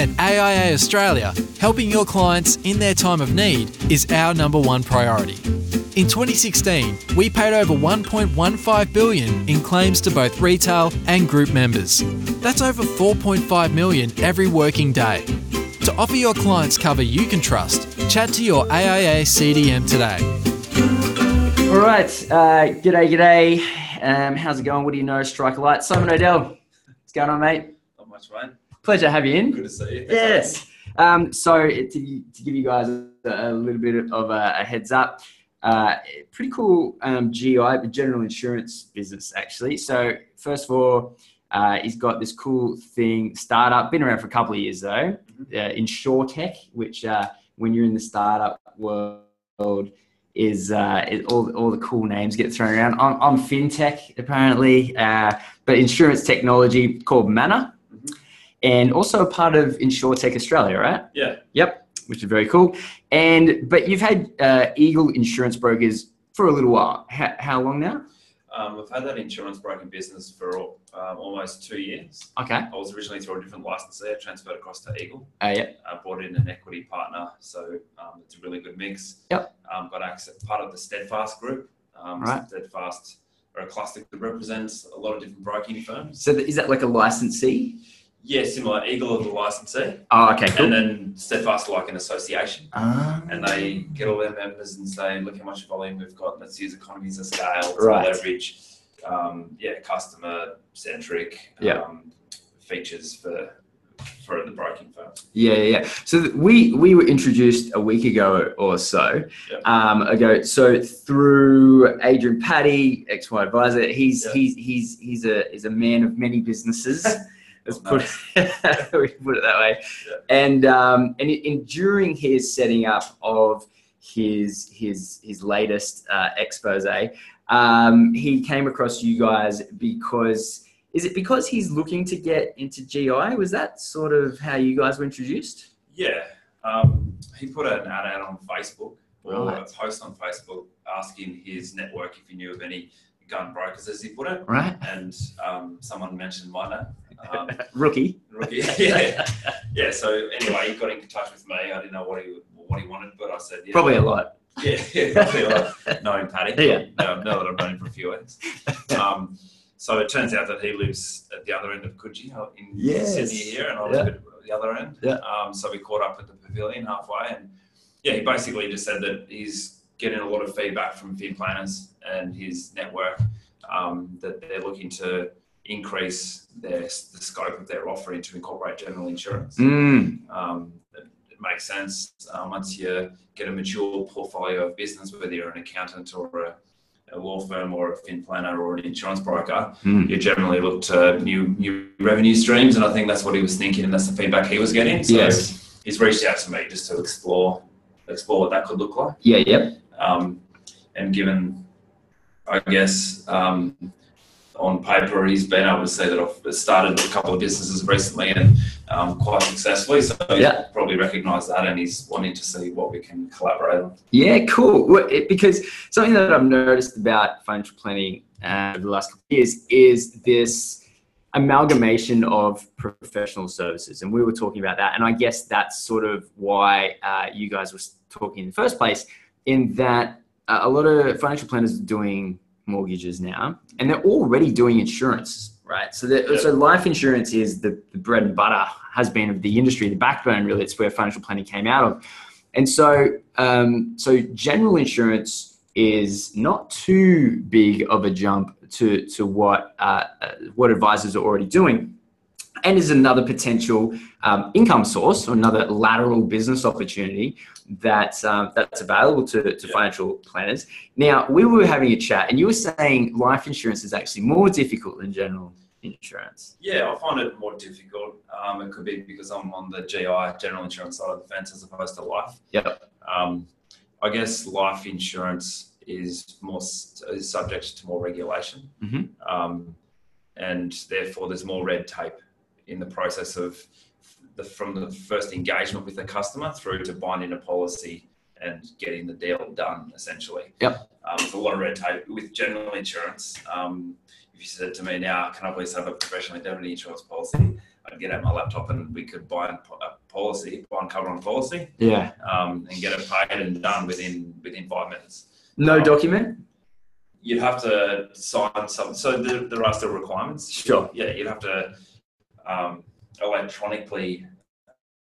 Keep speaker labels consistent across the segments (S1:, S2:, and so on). S1: At AIA Australia, helping your clients in their time of need is our number one priority. In 2016, we paid over 1.15 billion in claims to both retail and group members. That's over 4.5 million every working day. To offer your clients cover you can trust, chat to your AIA CDM today.
S2: All right. Uh, g'day, g'day. Um, how's it going? What do you know? Striker Light. Simon Odell. What's going on, mate?
S3: Not much, mate.
S2: Pleasure to have you in.
S3: Good to see you.
S2: Yes. Um, so it- to, to give you guys a, a little bit of a, a heads up, uh, pretty cool um, GI, the general insurance business actually. So first of all, uh, he's got this cool thing startup. Been around for a couple of years though. Uh, InsureTech, which uh, when you're in the startup world is uh, it, all all the cool names get thrown around. I'm, I'm fintech apparently, uh, but insurance technology called Mana,
S3: Mhm.
S2: and also a part of InsureTech Australia, right?
S3: Yeah.
S2: Yep, which is very cool. And but you've had uh, Eagle Insurance Brokers for a little while. How, how long now?
S3: Um, we've had that insurance broking business for um, almost two years.
S2: Okay.
S3: I was originally through a different licensee. I transferred across to Eagle.
S2: Uh, yeah.
S3: I brought in an equity partner, so um, it's a really good mix.
S2: Yep.
S3: Um, got access, part of the Steadfast group. Um,
S2: Right.
S3: Steadfast are a cluster that represents a lot of different broking firms.
S2: So th- is that like a licensee?
S3: Yeah, similar. Eagle are the licensee,
S2: Oh, okay,
S3: and uh,
S2: cool.
S3: then Steadfast are like an association.
S2: Ah.
S3: and they get all their members and say, look how much volume we've got. Let's use economies of scale, let's
S2: Right.
S3: leverage, um, yeah, customer centric
S2: Yeah.
S3: um, features for for the broking firm.
S2: Yeah, yeah. yeah. So th- we we were introduced a week ago or so
S3: Yep.
S2: um, ago. So through Adrian Patty, XY advisor, he's
S3: Yeah.
S2: he's he's he's a is a man of many businesses. Let's put we can put it that way.
S3: Yeah.
S2: And um, and, i- and during his setting up of his his his latest uh, expose, um, he came across you guys because is it because he's looking to get into GI? Was that sort of how you guys were introduced?
S3: Yeah, um, he put an ad out on Facebook or a
S2: Right.
S3: post on Facebook asking his network if he knew of any gun brokers, as he put it.
S2: Right,
S3: And um, someone mentioned my name. Um,
S2: rookie.
S3: rookie. yeah. yeah. So anyway, he got in touch with me. I didn't know what he what he wanted, but I said yeah,
S2: Probably a lot.
S3: Yeah, yeah, probably a lot. Knowing Paddy.
S2: Yeah.
S3: No, now that I've known him for a few weeks. Um, so it turns out that he lives at the other end of Coogee uh, in
S2: Yes.
S3: Sydney here, and I
S2: Yeah.
S3: live at the other end.
S2: Yeah.
S3: Um, so we caught up at the pavilion halfway, and yeah, he basically just said that he's getting a lot of feedback from fin planners and his network um, that they're looking to increase their the scope of their offering to incorporate general insurance
S2: Mm,
S3: um, it, it makes sense um, once you get a mature portfolio of business, whether you're an accountant or a, a law firm or a fin planner or an insurance broker,
S2: Mm.
S3: you generally look to new new revenue streams, and I think that's what he was thinking, and that's the feedback he was getting. So
S2: Yes.
S3: he's reached out to me just to explore explore what that could look like,
S2: Yeah, yep.
S3: um, and given, I guess. Um, on paper, he's been able to say that I've started a couple of businesses recently and um, quite successfully. So he's
S2: Yeah.
S3: probably recognised that, and he's wanting to see what we can collaborate on.
S2: Yeah, cool. Well, it- Because something that I've noticed about financial planning uh, over the last couple of years is this amalgamation of professional services. And we were talking about that. And I guess that's sort of why uh, you guys were talking in the first place, in that uh, a lot of financial planners are doing mortgages now, and they're already doing insurance, right? So, that,
S3: Yeah.
S2: so life insurance is the, the bread and butter, has been of the industry, the backbone, really. It's where financial planning came out of. And so, um, so general insurance is not too big of a jump to to what uh, uh, what advisors are already doing, and is another potential um, income source or another lateral business opportunity that um, that's available to, to
S3: Yeah.
S2: financial planners. Now, we were having a chat, and you were saying life insurance is actually more difficult than general insurance.
S3: Yeah, I find it more difficult. Um, it could be because I'm on the GI general insurance side of the fence as opposed to life.
S2: Yep.
S3: Um, I guess life insurance is more s- is subject to more regulation,
S2: Mhm.
S3: um, and therefore there's more red tape in the process of the, from the first engagement with the customer through to binding a policy and getting the deal done. Essentially,
S2: Yep.
S3: Um, it's a lot of red tape with general insurance. Um, if you said to me now, can I please have a professional indemnity insurance policy? I'd get out my laptop and we could buy a policy, bond cover on policy,
S2: Yeah.
S3: um, and get it paid and done within within five minutes.
S2: No
S3: Um,
S2: document.
S3: You'd have to sign some. So there, there are still requirements.
S2: Sure.
S3: Yeah, you'd have to um, electronically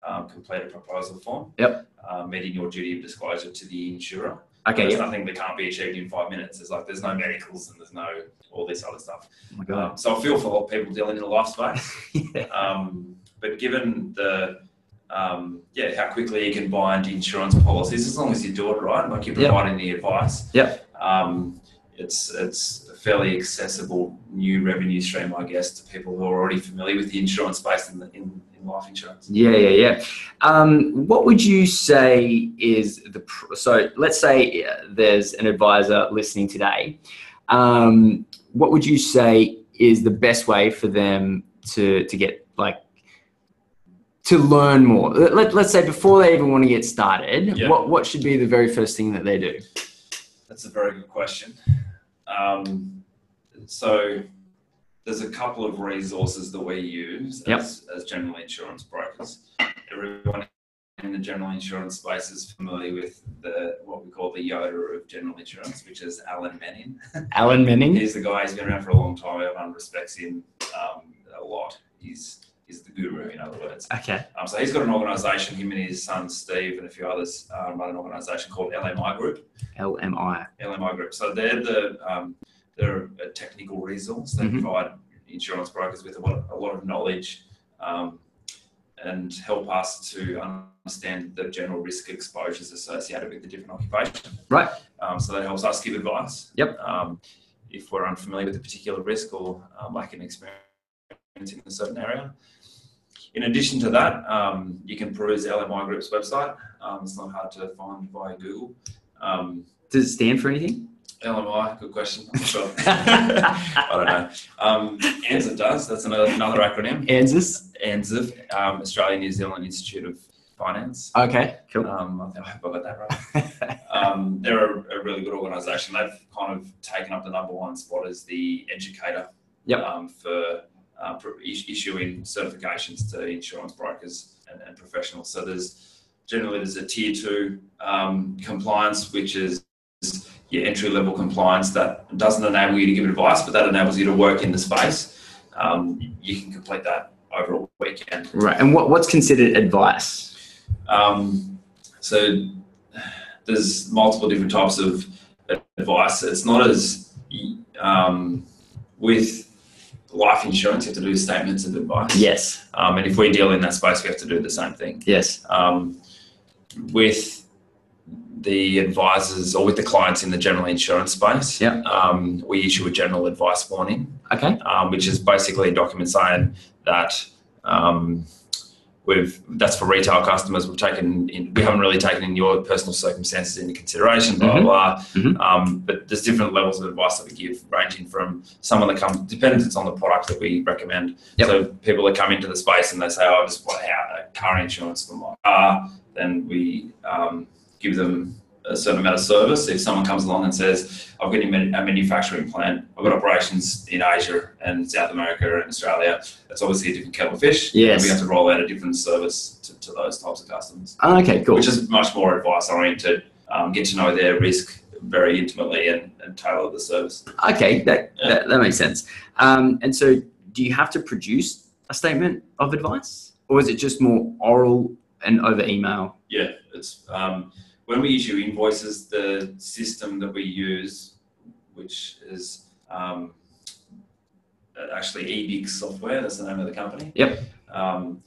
S3: um, complete a proposal form.
S2: Yep.
S3: Uh, meeting your duty of disclosure to the insurer.
S2: Okay.
S3: there's
S2: Yeah.
S3: nothing that can't be achieved in five minutes. It's like there's no medicals and there's no all this other stuff.
S2: Oh my
S3: Um, so I feel for all people dealing in the life space.
S2: yeah.
S3: Um, but given the um, yeah, how quickly you can bind insurance policies, as long as you do it right, like you're
S2: Yep.
S3: providing the advice.
S2: Yep.
S3: Um, it's it's a fairly accessible new revenue stream, I guess, to people who are already familiar with the insurance space in, the, in, in life insurance.
S2: Yeah, yeah, yeah. Um, what would you say is the pr- so? Let's say uh, there's an advisor listening today. Um, what would you say is the best way for them to to get like to learn more? Let, let, let's say before they even want to get started,
S3: Yeah.
S2: what what should be the very first thing that they do?
S3: That's a very good question. Um, so there's a couple of resources that we use
S2: Yep.
S3: as, as general insurance brokers. Everyone in the general insurance space is familiar with the what we call the Yoda of general insurance, which is Alan Manning.
S2: Alan Menning.
S3: He's the guy. He's been around for a long time. Everyone respects him um, a lot. He's he's the guru, in other words.
S2: Okay.
S3: Um, so he's got an organisation. Him and his son Steve and a few others uh, run an organisation called LMI Group.
S2: LMI.
S3: LMI Group. So they're the um, they're a technical resource. They
S2: Mhm.
S3: provide insurance brokers with a lot, a lot of knowledge um, and help us to understand the general risk exposures associated with the different occupations.
S2: Right.
S3: Um, so that helps us give advice.
S2: Yep.
S3: Um, if we're unfamiliar with a particular risk or um, lack an experience in a certain area. In addition to that, um, you can peruse LMI Group's website. Um, it's not hard to find via Google. Um,
S2: Does it stand for anything?
S3: LMI, good question. I'm sure. I don't know. Um, ANZIF does. That's another, another acronym.
S2: ANZUS.
S3: ANZIF, um, Australia New Zealand Institute of Finance.
S2: Okay. Cool.
S3: Um, I, think, I hope I got that right. Um, they're a, a really good organisation. They've kind of taken up the number one spot as the educator
S2: Yep.
S3: um, for, uh, for is- issuing certifications to insurance brokers and, and professionals. So there's generally there's a tier two um, compliance, which is your entry level compliance that doesn't enable you to give advice, but that enables you to work in the space. Um, you can complete that over a weekend.
S2: right. And what, what's considered advice?
S3: Um, so there's multiple different types of advice. It's not as um, with life insurance, you have to do statements of advice.
S2: Yes.
S3: Um, and if we deal in that space, we have to do the same thing.
S2: Yes.
S3: Um, with the advisors or with the clients in the general insurance space,
S2: Yeah.
S3: um, we issue a general advice warning
S2: Okay.
S3: um, which is basically a document saying that um, we've that's for retail customers. We've taken in, we haven't really taken in your personal circumstances into consideration, blah
S2: Mhm.
S3: blah. blah.
S2: Mhm.
S3: Um, but there's different levels of advice that we give, ranging from someone that comes dependence on the product that we recommend.
S2: Yep.
S3: So people that come into the space and they say, "Oh, I just want to have a car insurance for my car," then we um, give them. A certain amount of service. If someone comes along and says, I've got a man- a manufacturing plant. I've got operations in Asia and South America and Australia. That's obviously a different kettle of fish.
S2: Yes.
S3: We have to roll out a different service to, to those types of customers,
S2: Oh, okay, cool.
S3: which is much more advice oriented. Um, get to know their risk very intimately and, and tailor the service.
S2: okay, that,
S3: Yeah.
S2: that, that makes sense. Um, and so, do you have to produce a statement of advice, or is it just more oral and over email?
S3: Yeah, it's um, when we issue invoices, the system that we use, which is um, actually EBIG software, that's the name of the company.
S2: Yep.
S3: Um,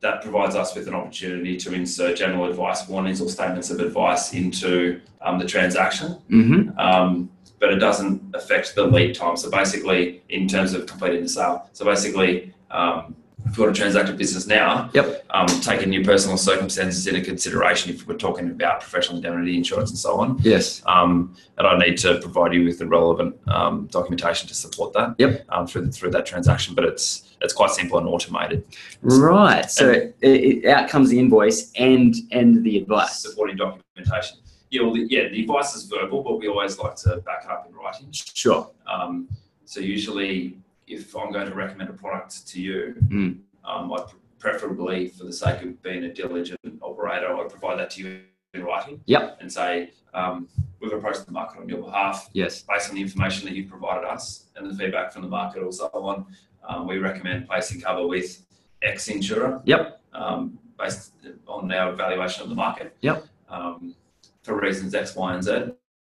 S3: that provides us with an opportunity to insert general advice warnings or statements of advice into um, the transaction,
S2: Mm-hmm.
S3: um, but it doesn't affect the lead time. So basically, in terms of completing the sale, so basically, um, if you want to transact a business now, um, taking your personal circumstances into consideration if we're talking about professional indemnity insurance and so on.
S2: Yes.
S3: Um, and I need to provide you with the relevant um, documentation to support that
S2: Yep.
S3: um, through through that transaction. But it's it's quite simple and automated.
S2: Right. So it, it, out comes the invoice and and the advice.
S3: Supporting documentation. Yeah, well, the, yeah, the advice is verbal, but we always like to back it up in writing.
S2: Sure.
S3: Um, so usually, if I'm going to recommend a product to you,
S2: Mm.
S3: Um, I preferably, for the sake of being a diligent operator, I provide that to you in writing.
S2: Yep.
S3: And say um, we've approached the market on your behalf
S2: Yes.
S3: based on the information that you've provided us and the feedback from the market or so on, um, we recommend placing cover with X insurer.
S2: Yep.
S3: Um, based on our evaluation of the market.
S2: Yep.
S3: Um, for reasons X, Y, and Z,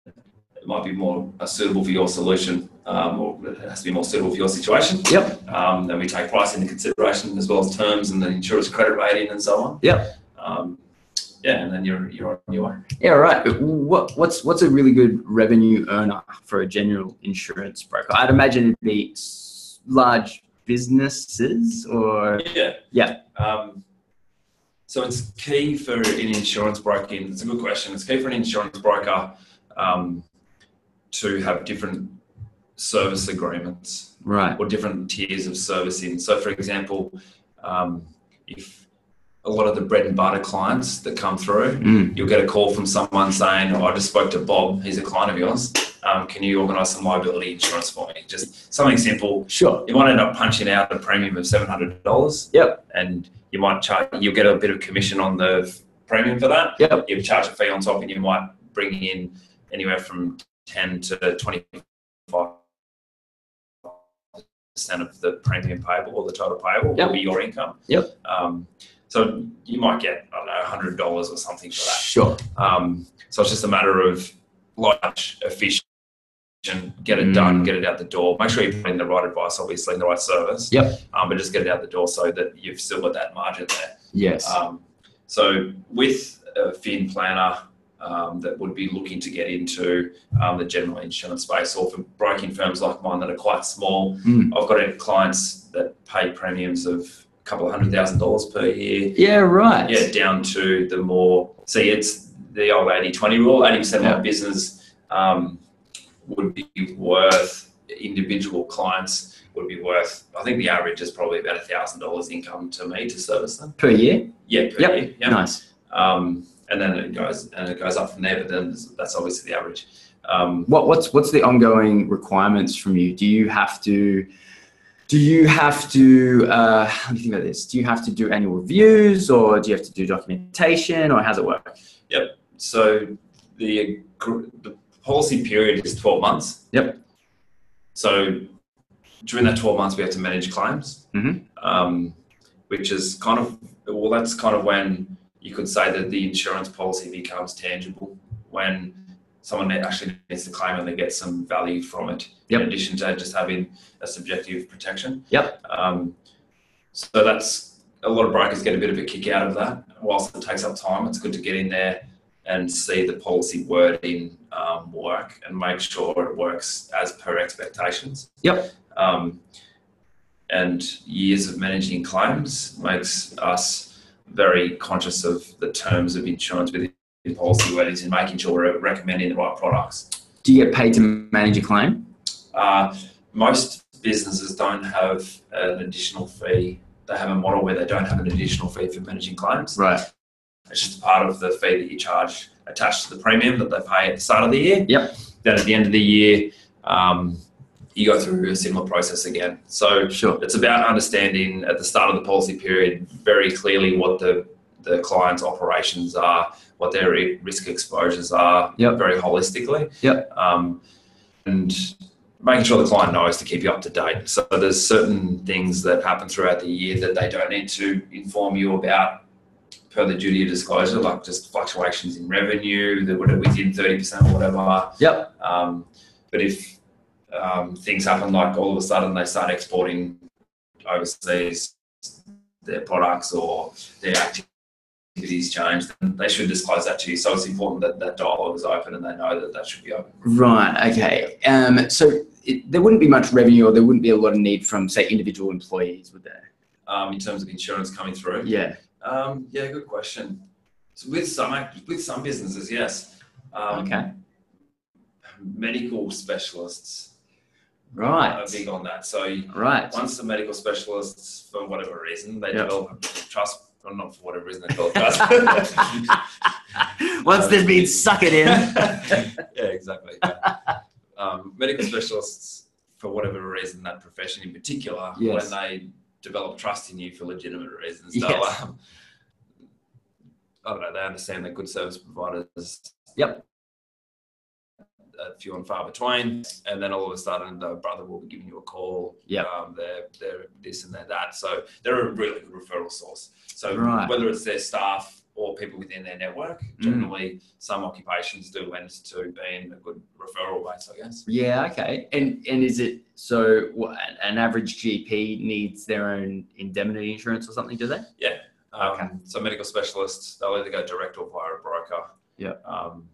S3: it might be more uh, suitable for your solution, um, or it has to be more suitable for your situation.
S2: Yep.
S3: Um, then we take price into consideration as well as terms and the insurer's credit rating and so on.
S2: Yep.
S3: Um, yeah, and then you're you're on your way.
S2: Yeah. Right. But What what's what's a really good revenue earner for a general insurance broker? I'd imagine it'd be s- large businesses or
S3: Yeah.
S2: Yeah.
S3: Um, so it's key for an insurance broker. and It's a good question. It's key for an insurance broker um, to have different service agreements
S2: right.
S3: or different tiers of servicing. So, for example, um, if a lot of the bread and butter clients that come through,
S2: Mm.
S3: you'll get a call from someone saying, oh, I just spoke to Bob, he's a client of yours. Um, can you organise some liability insurance for me? Just something simple
S2: Sure.
S3: you might end up punching out a premium of seven hundred dollars.
S2: Yep.
S3: And you might charge. You'll get a bit of commission on the f- premium for that.
S2: Yep.
S3: You charge a fee on top, and you might bring in anywhere from ten to twenty-five percent of the premium payable or the total payable
S2: Yep.
S3: will be your income.
S2: Yep.
S3: Um, so you might get I don't know hundred dollars or something for that.
S2: Sure.
S3: Um, so it's just a matter of large, efficient, get it
S2: Mm.
S3: done, get it out the door. Make sure you put in the right advice, obviously, and the right service.
S2: Yep.
S3: Um, but just get it out the door so that you've still got that margin there.
S2: Yes.
S3: Um, so with a fin planner um, that would be looking to get into um, the general insurance space, or for broking firms like mine that are quite small,
S2: Mm.
S3: I've got clients that pay premiums of a couple of hundred thousand dollars per year.
S2: yeah. Right.
S3: Yeah, down to the more. See, it's the old 80 20 rule 80% of
S2: Yeah.
S3: my business um, would be worth individual clients, would be worth, I think the average is probably about $1,000 income to me to service them.
S2: Per year.
S3: Yeah, per
S2: Yep.
S3: year. Yeah.
S2: Nice.
S3: Um, and then it goes and it goes up from there, but then that's obviously the average. Um,
S2: What what's what's the ongoing requirements from you? Do you have to do you have to uh, let me think about this? Do you have to do annual reviews or do you have to do documentation or how's it work?
S3: so the, agr- the policy period is 12 months.
S2: Yep.
S3: So during that 12 months, we have to manage claims,
S2: Mhm.
S3: um, which is kind of, well, that's kind of when you could say that the insurance policy becomes tangible when someone actually needs to claim and they get some value from it,
S2: Yep.
S3: in addition to just having a subjective protection.
S2: Yep.
S3: Um, so that's a lot of brokers get a bit of a kick out of that. Whilst it takes up time, it's good to get in there and see the policy wording um, work and make sure it works as per expectations.
S2: Yep.
S3: Um, and years of managing claims makes us very conscious of the terms of insurance within policy wordings and making sure we're recommending the right products.
S2: Do you get paid to manage a claim?
S3: Uh, most businesses don't have an additional fee. They have a model where they don't have an additional fee for managing claims.
S2: Right.
S3: It's just part of the fee that you charge attached to the premium that they pay at the start of the year.
S2: Yep.
S3: Then at the end of the year, um, you go through a similar process again. So
S2: Sure.
S3: it's about understanding at the start of the policy period very clearly what the the client's operations are, what their ri- risk exposures are,
S2: Yep.
S3: very holistically.
S2: Yep.
S3: Um, and making sure the client knows to keep you up to date. So there's certain things that happen throughout the year that they don't need to inform you about per the duty of disclosure, like just fluctuations in revenue that were within 30% or whatever.
S2: Yep.
S3: Um, but if um, things happen, like all of a sudden they start exporting overseas their products or their activities change, then they should disclose that to you. So it's important that that dialogue is open and they know that that should be open.
S2: Right. Okay. Um, so it, there wouldn't be much revenue or there wouldn't be a lot of need from say individual employees, would there?
S3: Um, in terms of insurance coming through,
S2: Yeah.
S3: um, yeah, good question. So with some act- with some businesses, yes. Um,
S2: Okay.
S3: Medical specialists are
S2: Right.
S3: big on that. So you-
S2: Right.
S3: once the medical specialists, for whatever reason, they
S2: Yeah.
S3: develop a trust, well, not for whatever reason they develop trust.
S2: Once there's been suck it in.
S3: yeah, exactly. Um, medical specialists, for whatever reason, that profession in particular,
S2: Yes.
S3: when they develop trust in you for legitimate reasons.
S2: Yes.
S3: So, um, I don't know. They understand that good service providers.
S2: Yep.
S3: Are few and far between, and then all of a sudden, the brother will be giving you a call.
S2: Yep.
S3: Um, they're they're this and they're that. So they're a really good referral source. So
S2: Right. Mm.
S3: whether it's their staff or people within their network, generally some occupations do lend to being a good referral base. I guess.
S2: Yeah. Okay. And and is it so? What, an- an average GP needs their own indemnity insurance or something, do they?
S3: Um,
S2: Okay.
S3: So medical specialists, they'll either go direct or via a broker.
S2: Yeah.
S3: Um,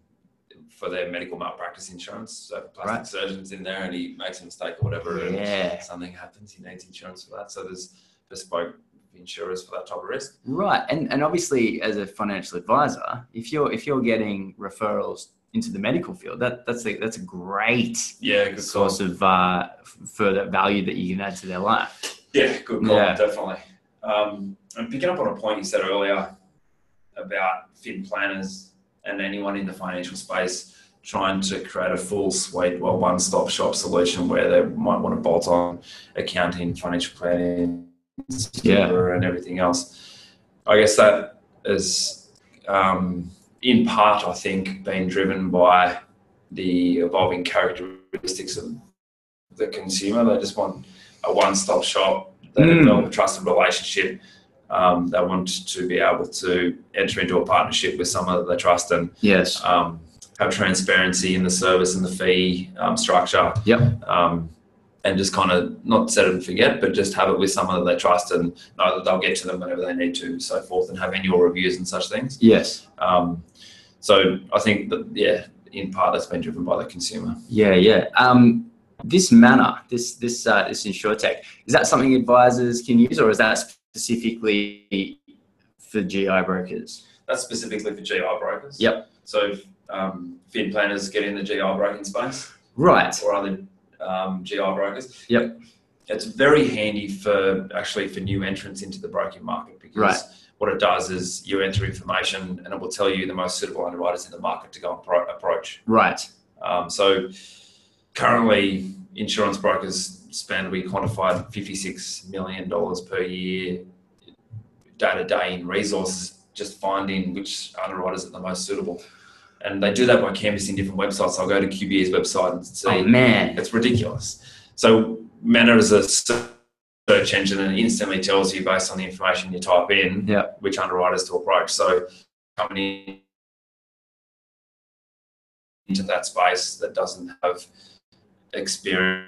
S3: for their medical malpractice insurance, so if plastic
S2: Right.
S3: surgeon's in there and he makes a mistake or whatever,
S2: Yeah.
S3: and something happens, he needs insurance for that. So there's bespoke insurers for that type of risk.
S2: Right. And and obviously, as a financial advisor, if you're if you're getting referrals into the medical field, that that's a, that's a great
S3: Yeah, good call.
S2: source of uh, f- further value that you can add to their life.
S3: Yeah, good call,
S2: Yeah.
S3: definitely. Um, and picking up on a point you said earlier about fin planners and anyone in the financial space trying to create a full suite, well, one stop shop solution where they might want to bolt on accounting, financial planning,
S2: Yeah.
S3: and everything else. I guess that is um, in part, I think, being driven by the evolving characteristics of the consumer. They just want a one-stop shop. They
S2: Mm.
S3: develop a trusted relationship. Um, they want to be able to enter into a partnership with someone that they trust and
S2: Yes.
S3: um, have transparency in the service and the fee um, structure.
S2: Yep.
S3: Um, and just kind of not set it and forget, but just have it with someone that they trust and know that they'll get to them whenever they need to, and so forth, and have annual reviews and such things.
S2: Yes.
S3: Um, so I think that yeah, in part that's been driven by the consumer.
S2: Yeah, yeah. Um, this manner, this this uh, this insurtech, is that something advisors can use, or is that specifically for GI brokers?
S3: That's specifically for GI brokers.
S2: Yep.
S3: So um, fin planners get in the GI broking space
S2: Right.
S3: or other um, GI brokers.
S2: Yep.
S3: It's very handy for actually for new entrants into the broking market because
S2: Right.
S3: what it does is you enter information and it will tell you the most suitable underwriters in the market to go and pro- approach.
S2: Right.
S3: Um, so currently, insurance brokers spend we quantified fifty six million dollars per year day to day in resources, just finding which underwriters are the most suitable. And they do that by canvassing different websites. I'll go to QBE's website and see.
S2: Oh man.
S3: It's ridiculous. So Manner is a search engine and it instantly tells you based on the information you type in
S2: Yeah.
S3: which underwriters to approach. So company into that space that doesn't have experience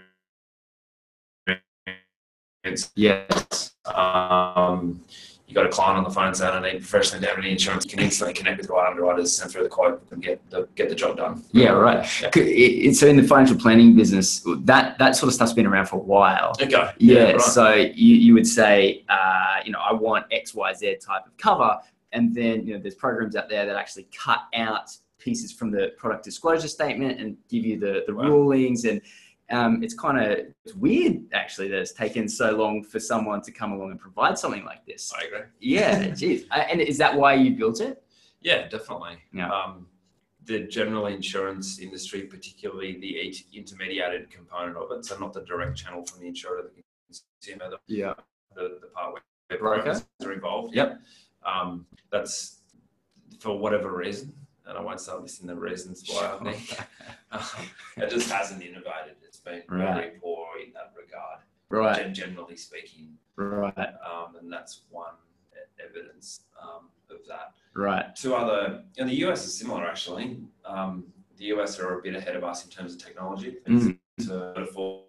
S2: Yes.
S3: um, you got a client on the phone saying I need professional indemnity insurance, you can instantly connect with the right underwriters, send through the quote and get the get the job done.
S2: Yeah. Right.
S3: Yeah.
S2: C- it- it- so in the financial planning business, that that sort of stuff's been around for a while.
S3: Okay.
S2: Yeah.
S3: right.
S2: So you, you would say, uh, you know, I want X, Y, Z type of cover. And then, you know, there's programs out there that actually cut out pieces from the product disclosure statement and give you the, the
S3: Wow.
S2: rulings. And um, it's kind of it's weird, actually, that it's taken so long for someone to come along and provide something like this.
S3: I agree.
S2: Yeah. geez. Uh, And is that why you built it?
S3: Yeah, definitely.
S2: Yeah.
S3: Um, the general insurance industry, particularly the int- intermediated component of it, so not the direct channel from the insurer to the consumer,
S2: Yeah.
S3: the, the, the part where where
S2: Broker.
S3: brokers are involved.
S2: Yep.
S3: Um, that's for whatever reason, and I won't start listing the reasons why I think Uh, it just hasn't innovated. It's been very
S2: Right.
S3: poor in that regard,
S2: Right.
S3: gen- generally speaking,
S2: Right.
S3: um, and that's one e- evidence um, of that
S2: Right.
S3: two other and the US is similar actually. Um, the US are a bit ahead of us in terms of technology.
S2: Mm.
S3: To for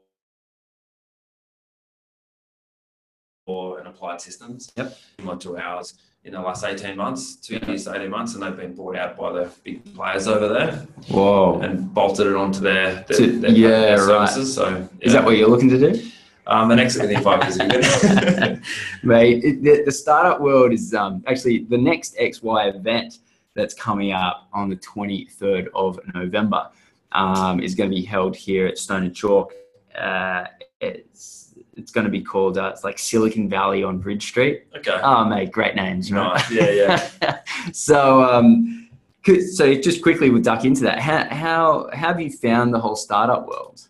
S3: for an applied systems.
S2: Yep.
S3: Similar to ours in the last eighteen months, two years, to eighteen months, and they've been bought out by the big players over there
S2: Whoa.
S3: and bolted it onto their their,
S2: To-
S3: their
S2: yeah, right.
S3: services. So
S2: Is that what you're looking to do?
S3: um, the next within five years? we're good.
S2: Mate, it, the, the startup world is um, actually the next XY event that's coming up on the 23rd of November um, is going to be held here at Stone and Chalk. Uh, it's it's going to be called uh, it's like Silicon Valley on Bridge Street.
S3: okay.
S2: Oh, mate, great names, right?
S3: Nice. Yeah, yeah.
S2: so, um, could- so just quickly we'll duck into that. How, how, how have you found the whole startup world?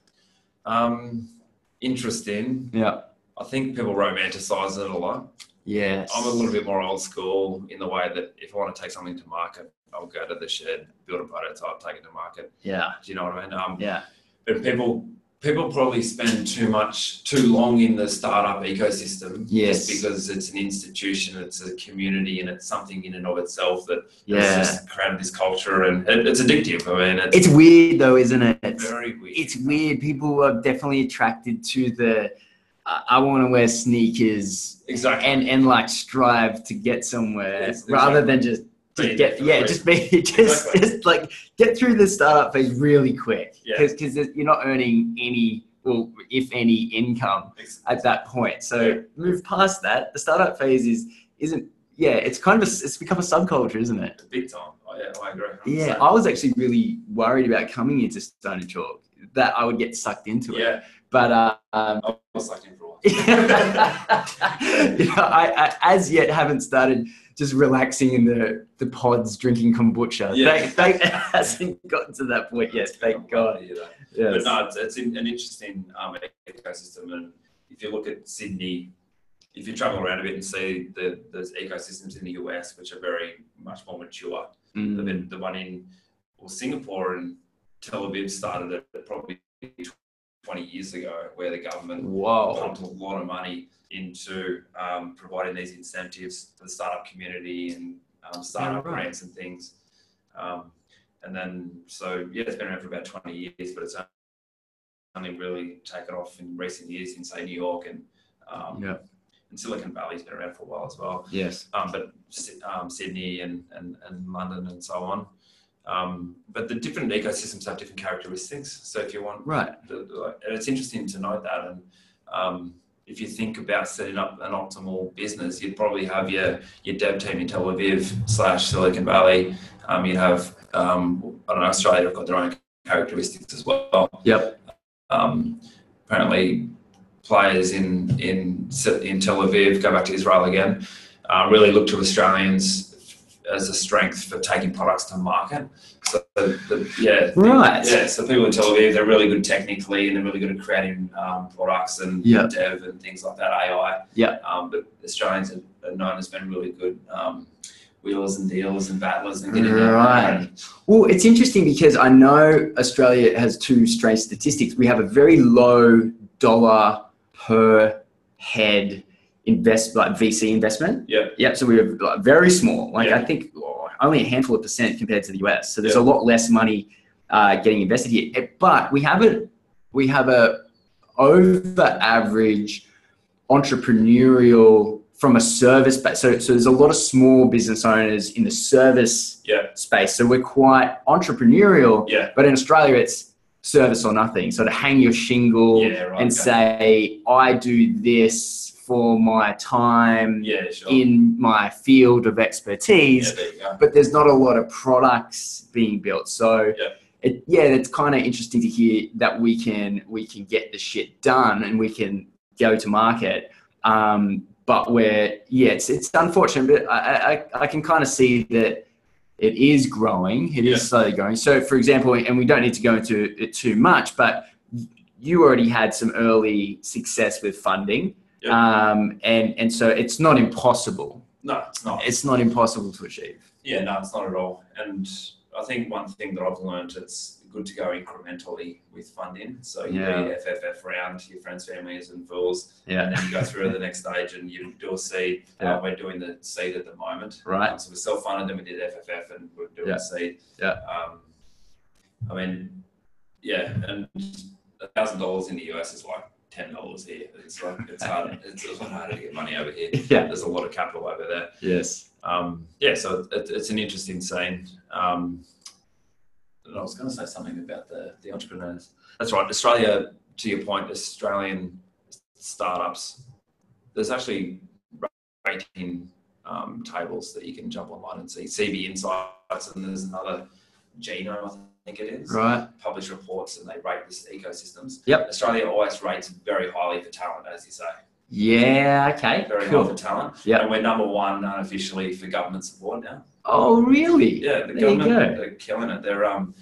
S3: Um, interesting.
S2: Yeah.
S3: I think people romanticize it a lot.
S2: Yes.
S3: I'm a little bit more old school in the way that if I want to take something to market, I'll go to the shed, build a prototype, take it to market.
S2: Yeah.
S3: Do you know what I mean? Um,
S2: Yeah.
S3: But people people probably spend too much, too long in the startup ecosystem.
S2: Yes.
S3: Just because it's an institution, it's a community, and it's something in and of itself that
S2: Yeah.
S3: has just created this culture, and it, it's addictive. I mean, it's,
S2: It's weird though, isn't it? It's,
S3: very weird.
S2: it's weird. People are definitely attracted to the. I, I want to wear sneakers
S3: exactly.
S2: and and like strive to get somewhere
S3: Yes,
S2: rather
S3: exactly.
S2: than just. To
S3: Being
S2: get
S3: for
S2: yeah,
S3: free.
S2: just be just
S3: Exactly.
S2: just like get through the startup phase really quick
S3: Yeah.
S2: because you're not earning any well if any income
S3: It's-
S2: at that point. So
S3: Yeah.
S2: move past that. The startup phase is isn't yeah. It's kind of a, it's become a subculture, isn't it?
S3: it's big time. Oh, yeah, I agree.
S2: Yeah, I was actually really worried about coming into Stone and Chalk that I would get sucked into it.
S3: yeah.
S2: But uh, um,
S3: I was like in for a while.
S2: you know, I, I as yet haven't started just relaxing in the the pods drinking kombucha.
S3: Yeah.
S2: Thank, thank, it hasn't gotten to that point yet.
S3: I'm
S2: Thank
S3: glad
S2: God.
S3: to hear that.
S2: Yes.
S3: But no, it's, it's an an interesting um, ecosystem. And if you look at Sydney, if you travel around a bit and see the, those ecosystems in the US, which are very much more mature, the,
S2: Mm.
S3: bit- the one in well, Singapore and Tel Aviv started it probably 20 years ago, where the government
S2: Whoa.
S3: pumped a lot of money into um, providing these incentives to the startup community and um, startup
S2: Yeah, right.
S3: grants and things. Um, and then, so yeah, it's been around for about 20 years, but it's only really taken off in recent years in, say, New York and, um,
S2: Yeah.
S3: and Silicon Valley's been around for a while as well.
S2: Yes.
S3: Um, but Sy- um, Sydney and, and, and London and so on. Um, but the different ecosystems have different characteristics. So if you want
S2: Right.
S3: the- the- like- and it's interesting to note that. And um, if you think about setting up an optimal business, you'd probably have your your dev team in Tel Aviv slash Silicon Valley. Um, you'd have um, I don't know Australia have got their own characteristics as well.
S2: Yep.
S3: Um, apparently, players in in Si- in Tel Aviv go back to Israel again. Uh, really look to Australians as a strength for taking products to market. So, the, yeah,
S2: Right.
S3: yeah, so people in Tel Aviv, they're really good technically and they're really good at creating um, products and
S2: Yeah.
S3: dev and things like that, AI.
S2: Yeah.
S3: Um, but Australians are, are known as being really good um, wheelers and dealers and battlers and getting out
S2: Right.
S3: there.
S2: Well, it's interesting because I know Australia has two strange statistics. We have a very low dollar per head invest, like VC investment.
S3: Yeah.
S2: Yep. So we are like, very small. Like
S3: Yeah.
S2: I think oh, only a handful of percent compared to the US. So there's a lot less money uh, getting invested here. Eh, But we have a we have a over average entrepreneurial from a service but so so there's a lot of small business owners in the service
S3: Yeah.
S2: space so we're quite entrepreneurial
S3: Yeah.
S2: but in australia it's service or nothing so to hang your shingle
S3: Yeah, right.
S2: and
S3: okay.
S2: say i do this for my time
S3: yeah, sure.
S2: in my field of expertise
S3: yeah, there you go.
S2: but there's not a lot of products being built. So
S3: Yeah.
S2: it, yeah, it's kind of interesting to hear that we can we can get the shit done and we can go to market. Um, but where yeah, it's it's unfortunate, but I I, I can kind of see that it is growing. It is
S3: Yeah.
S2: slowly growing. So for example, and we don't need to go into it too much, but you already had some early success with funding.
S3: Yeah.
S2: Um, and, and so it's not impossible.
S3: No, it's not.
S2: It's not impossible to achieve.
S3: Yeah, no, it's not at all. And I think one thing that I've learned it's good to go incrementally with funding. So you
S2: Yeah.
S3: do your FFF round, your friends, families, and fools,
S2: Yeah.
S3: and then you go through to the next stage and you do a seed.
S2: Yeah.
S3: Uh, we're doing the seed at the moment.
S2: Right.
S3: Um, so we self funded, then we did FFF, and we're doing
S2: Yeah.
S3: seed.
S2: Yeah.
S3: Um, I mean, yeah, and a thousand dollars in the US is like ten dollars here. It's like it's hard. it's a lot harder to get money over here.
S2: Yeah.
S3: There's a lot of capital over there
S2: Yes.
S3: um, yeah, so it, it's an interesting scene. Um, and I was going to say something about the, the entrepreneurs. That's right. Australia, to your point, Australian startups, there's actually rating um, tables that you can jump online and see. CB Insights, and there's another Genome, I think it is,
S2: Right.
S3: publish reports and they rate this ecosystems.
S2: Yep.
S3: Australia always rates very highly for talent, as you say.
S2: Yeah. Okay.
S3: Very high for
S2: cool.
S3: talent.
S2: Yep.
S3: And we're number one unofficially for government support now.
S2: Oh, really?
S3: Yeah, the uh,
S2: There you
S3: government are killing it. They're um,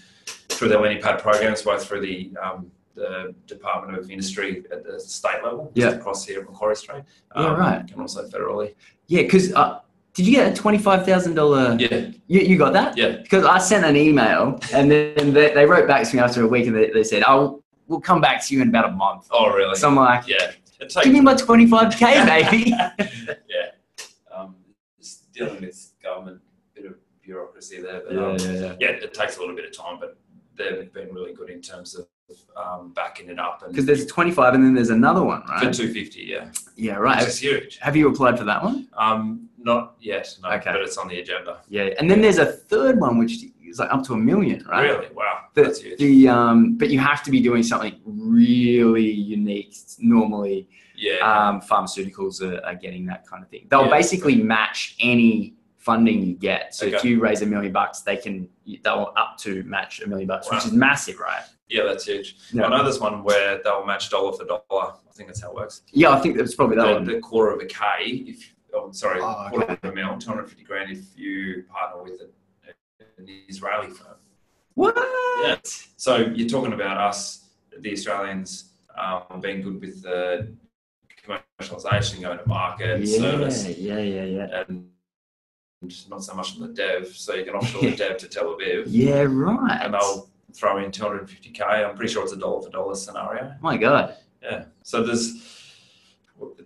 S3: through their landing pad programs, both through the um, the the Department of Industry at the state level,
S2: Yeah.
S3: across here in Macquarie Street, um,
S2: Yeah, right.
S3: and also federally.
S2: Yeah, because uh, did you get a twenty-five thousand dollar?
S3: Yeah,
S2: You, you got that?
S3: yeah,
S2: Because I sent an email and then they, they wrote back to me after a week and they, they said, "Oh, we'll come back to you in about a month."
S3: oh really?
S2: So I'm like,
S3: yeah, it
S2: "Give me
S3: takes,
S2: my twenty-five k, baby."
S3: yeah, um, just dealing with government, bit of bureaucracy there, but um,
S2: yeah.
S3: yeah, it takes a little bit of time, but they've been really good in terms of um, backing it up and
S2: Because there's twenty-five and then there's another one,
S3: for
S2: right?
S3: two fifty, yeah,
S2: Yeah,
S3: which
S2: right.
S3: is huge.
S2: Have you applied for that one?
S3: Um, not yet, no,
S2: Okay.
S3: but it's on the agenda.
S2: Yeah, and then there's a third one which is like up to a million, right?
S3: Really, wow, that's
S2: The,
S3: huge.
S2: the um, but you have to be doing something really unique. Normally,
S3: Yeah,
S2: um, pharmaceuticals are, are getting that kind of thing. They'll
S3: Yeah.
S2: basically match any funding you get. So if
S3: Okay.
S2: you raise a million bucks, they can they'll up to match a million bucks, which
S3: Wow.
S2: is massive, right?
S3: yeah, that's huge.
S2: Yeah,
S3: I know there's one where they'll match dollar for dollar. I think that's how it works.
S2: yeah I think that's probably that
S3: The,
S2: one.
S3: the quarter of a K, if oh, sorry,
S2: Oh,
S3: quarter of a mil, 250 grand if you partner with a, an Israeli firm.
S2: What?
S3: Yeah. So you're talking about us, the Australians, um, being good with the commercialisation, going to market, service,
S2: yeah, yeah, yeah.
S3: and not so much on the dev. So you can offshore the dev to Tel Aviv,
S2: Yeah, right.
S3: and they'll throw in 250k. I'm pretty sure it's a dollar for dollar scenario.
S2: My God.
S3: Yeah. So there's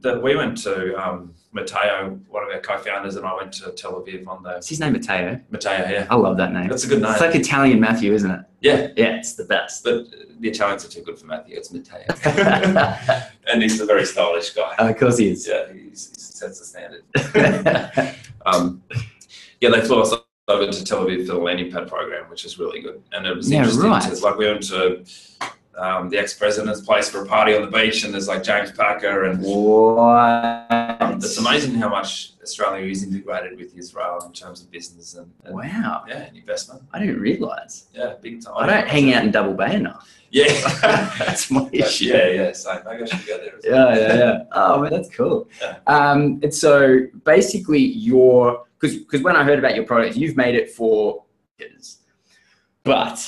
S3: that we went to um, Mateo, one of our co-founders, and I went to Tel Aviv on the
S2: What's his name? Matteo.
S3: Mateo. Yeah,
S2: I love that name.
S3: that's a good name.
S2: It's like Italian Matthew, isn't it?
S3: yeah,
S2: Yeah, it's the best.
S3: but the Italians are too good for Matthew. It's Mateo, and he's a very stylish guy.
S2: of course he is.
S3: Yeah, he's, he sets the standard. um, yeah, they flew us over to Tel Aviv for the landing pad program, which is really good. And it was
S2: Yeah,
S3: interesting.
S2: right.
S3: 'cause, like we went to um, the ex-president's place for a party on the beach, and there's like James Packer and Um,
S2: what?
S3: it's amazing how much Australia is integrated with Israel in terms of business and, and
S2: Wow.
S3: yeah, and investment.
S2: I didn't realize.
S3: Yeah, big time.
S2: I don't hang out in Double Bay enough.
S3: Yeah.
S2: That's my issue.
S3: yeah, yeah. So maybe I should go there. As well.
S2: Yeah, yeah, yeah. Oh, man, that's cool.
S3: Yeah.
S2: Um, and so basically, your because because when I heard about your product, you've made it for kids, but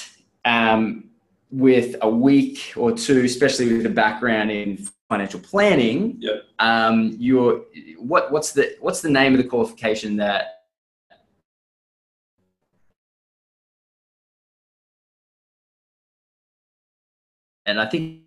S2: um, with a week or two, especially with a background in financial planning,
S3: Yep.
S2: um, you're what what's the what's the name of the qualification that and I think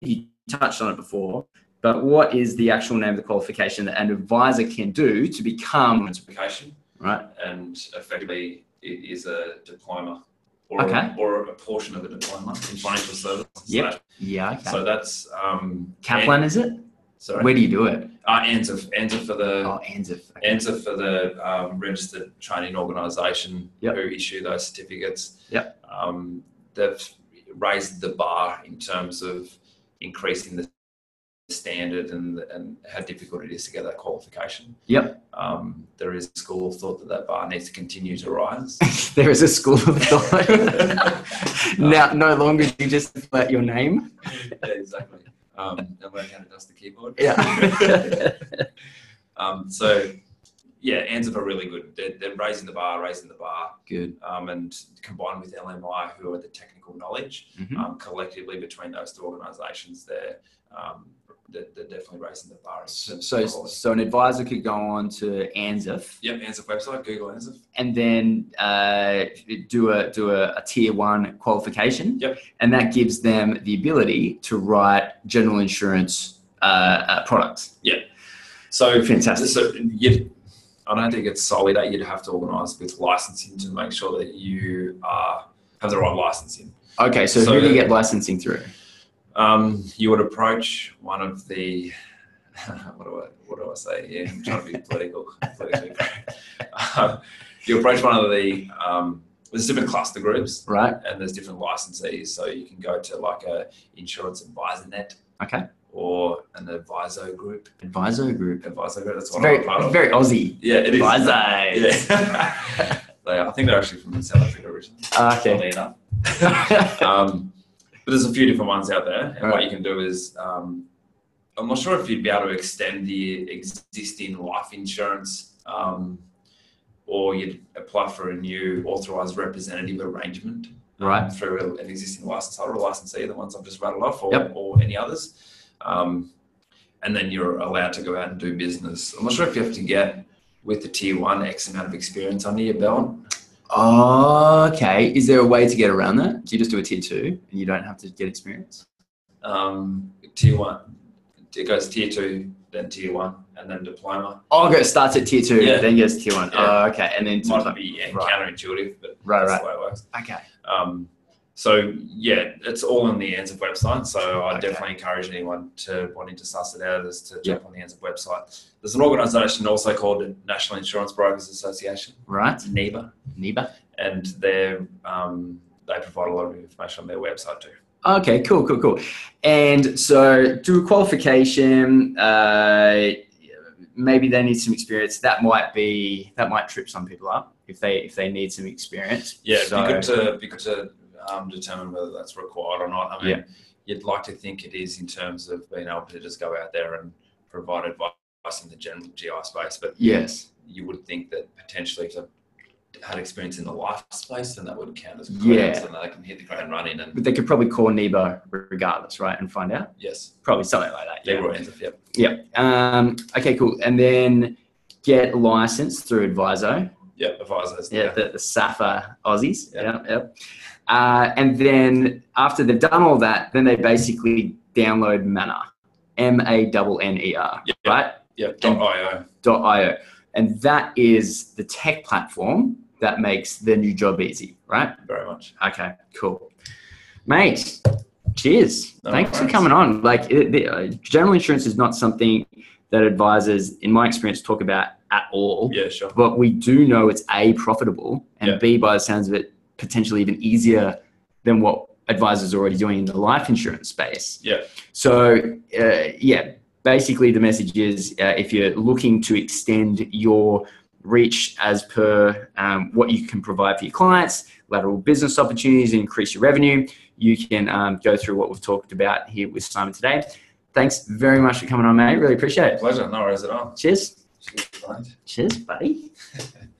S2: you touched on it before, but what is the actual name of the qualification that an advisor can do to become
S3: Application
S2: right?
S3: and effectively it is a diploma or,
S2: Okay.
S3: or a portion of a diploma in financial services.
S2: Yep. Yeah, okay.
S3: So that's um,
S2: Kaplan is it?
S3: An- sorry.
S2: Where do you do it?
S3: uh, ANZIF, ANZIF for the
S2: Oh, ANZIF. Okay.
S3: ENSA for the um, registered training organisation
S2: Yep.
S3: who issue those certificates.
S2: Yep.
S3: Um, they've raised the bar in terms of increasing the standard and, and how difficult it is to get that qualification.
S2: Yep.
S3: Um, there is school of thought that that bar needs to continue to rise.
S2: there is a school of thought. now, no longer do you just let your name.
S3: yeah, exactly. Um, and learn how to dust the keyboard.
S2: Yeah.
S3: um, so, yeah, ANZIF are really good. They're, they're raising the bar, raising the bar.
S2: Good.
S3: um, and combined with LMI, who are the technical knowledge,
S2: Mhm.
S3: um, collectively between those two organisations, they're, um, they're, they're definitely raising the bar. in terms
S2: So,
S3: of knowledge.
S2: so an advisor could go on to ANZIF
S3: yep, ANZIF website, Google ANZIF.
S2: and then uh, do a do a, a tier one qualification.
S3: Yep.
S2: And that gives them the ability to write general insurance uh, uh, products.
S3: So,
S2: Fantastic.
S3: so you'd, I don't think it's solely that you'd have to organise with licensing to make sure that you are, have the right licensing.
S2: Okay, so,
S3: So-
S2: who do you get licensing through?
S3: Um, you would approach one of the what do I what do I say here? I'm trying to be political. politically correct. Uh, you approach one of the um, there's different cluster groups
S2: Right.
S3: and there's different licensees. So you can go to like a insurance advisor net
S2: Okay.
S3: or an advisor group.
S2: Advisor group.
S3: Advisor group. That's
S2: It's
S3: what
S2: very
S3: I'm a part of.
S2: very Aussie.
S3: yeah, it is.
S2: Advisor.
S3: Yeah. They are- I think they're actually from South Africa originally.
S2: Okay.
S3: Funnily enough. um, but there's a few different ones out there, and what
S2: Alright.
S3: you can do is, um, I'm not sure if you'd be able to extend the existing life insurance, um, or you'd apply for a new authorized representative arrangement.
S2: Right.
S3: through an existing license holder or licensee, the ones I've just rattled off, or,
S2: Yep.
S3: or any others. Um, and then you're allowed to go out and do business. I'm not sure if you have to get with the tier one X amount of experience under your belt.
S2: Oh, okay. Is there a way to get around that? Do you just do a tier two and you don't have to get experience?
S3: Um, tier one, it goes tier two, then tier one, and then diploma.
S2: Oh, okay. It starts at tier two,
S3: Yeah.
S2: then gets tier one.
S3: Yeah.
S2: Oh, okay. And then
S3: It might be yeah,
S2: Right.
S3: counterintuitive, but
S2: right,
S3: that's
S2: right.
S3: the way it works.
S2: Okay.
S3: Um, so yeah, it's all on the ANZIP website. So I
S2: Okay.
S3: definitely encourage anyone to wanting to suss it out is to
S2: Yeah.
S3: jump on the ANZIP website. There's an organisation also called National Insurance Brokers Association,
S2: Right.
S3: NEBA,
S2: Niba.
S3: and they um, they provide a lot of information on their website too.
S2: Okay. Cool. Cool. Cool. And so, through qualification, uh, maybe they need some experience. That might be that might trip some people up if they if they need some experience.
S3: Yeah, it'd
S2: So,
S3: be good to be good to um, determine whether that's required or not. I mean,
S2: Yeah.
S3: you'd like to think it is in terms of being able to just go out there and provide advice in the general GI space, but
S2: yes.
S3: you would think that potentially if they've had experience in the life space, then that would count as
S2: Yeah.
S3: credits and they can hit the ground running. And
S2: But they could probably call Niba regardless, right, and find out.
S3: yes,
S2: Probably something like that.
S3: they were ends up, yep.
S2: Yeah. Um, okay, cool. And then get licensed through Adviso.
S3: Yep, advisors.
S2: Yeah, the, the SAFA Aussies.
S3: Yeah.
S2: Yeah, yeah. Uh, and then after they've done all that, then they basically download Manner, M A N N E R,
S3: Yeah.
S2: right?
S3: Yep, dot IO.
S2: Dot .io. And that is the tech platform that makes the new job easy, right?
S3: Very much.
S2: Okay, cool. Mate, cheers.
S3: No
S2: Thanks for
S3: worries.
S2: coming on. Like, it, the, uh, general insurance is not something that advisors, in my experience, talk about at all.
S3: Yeah, sure.
S2: But we do know it's A, profitable, and
S3: Yeah.
S2: B, by the sounds of it, potentially even easier than what advisors are already doing in the life insurance space.
S3: Yeah.
S2: So, uh, yeah, basically the message is uh, if you're looking to extend your reach as per um, what you can provide for your clients, lateral business opportunities, and increase your revenue, you can um, go through what we've talked about here with Simon today. Thanks very much for coming on, mate. Really appreciate it.
S3: Pleasure. No worries at all.
S2: Cheers.
S3: Cheers, mate.
S2: Cheers, buddy.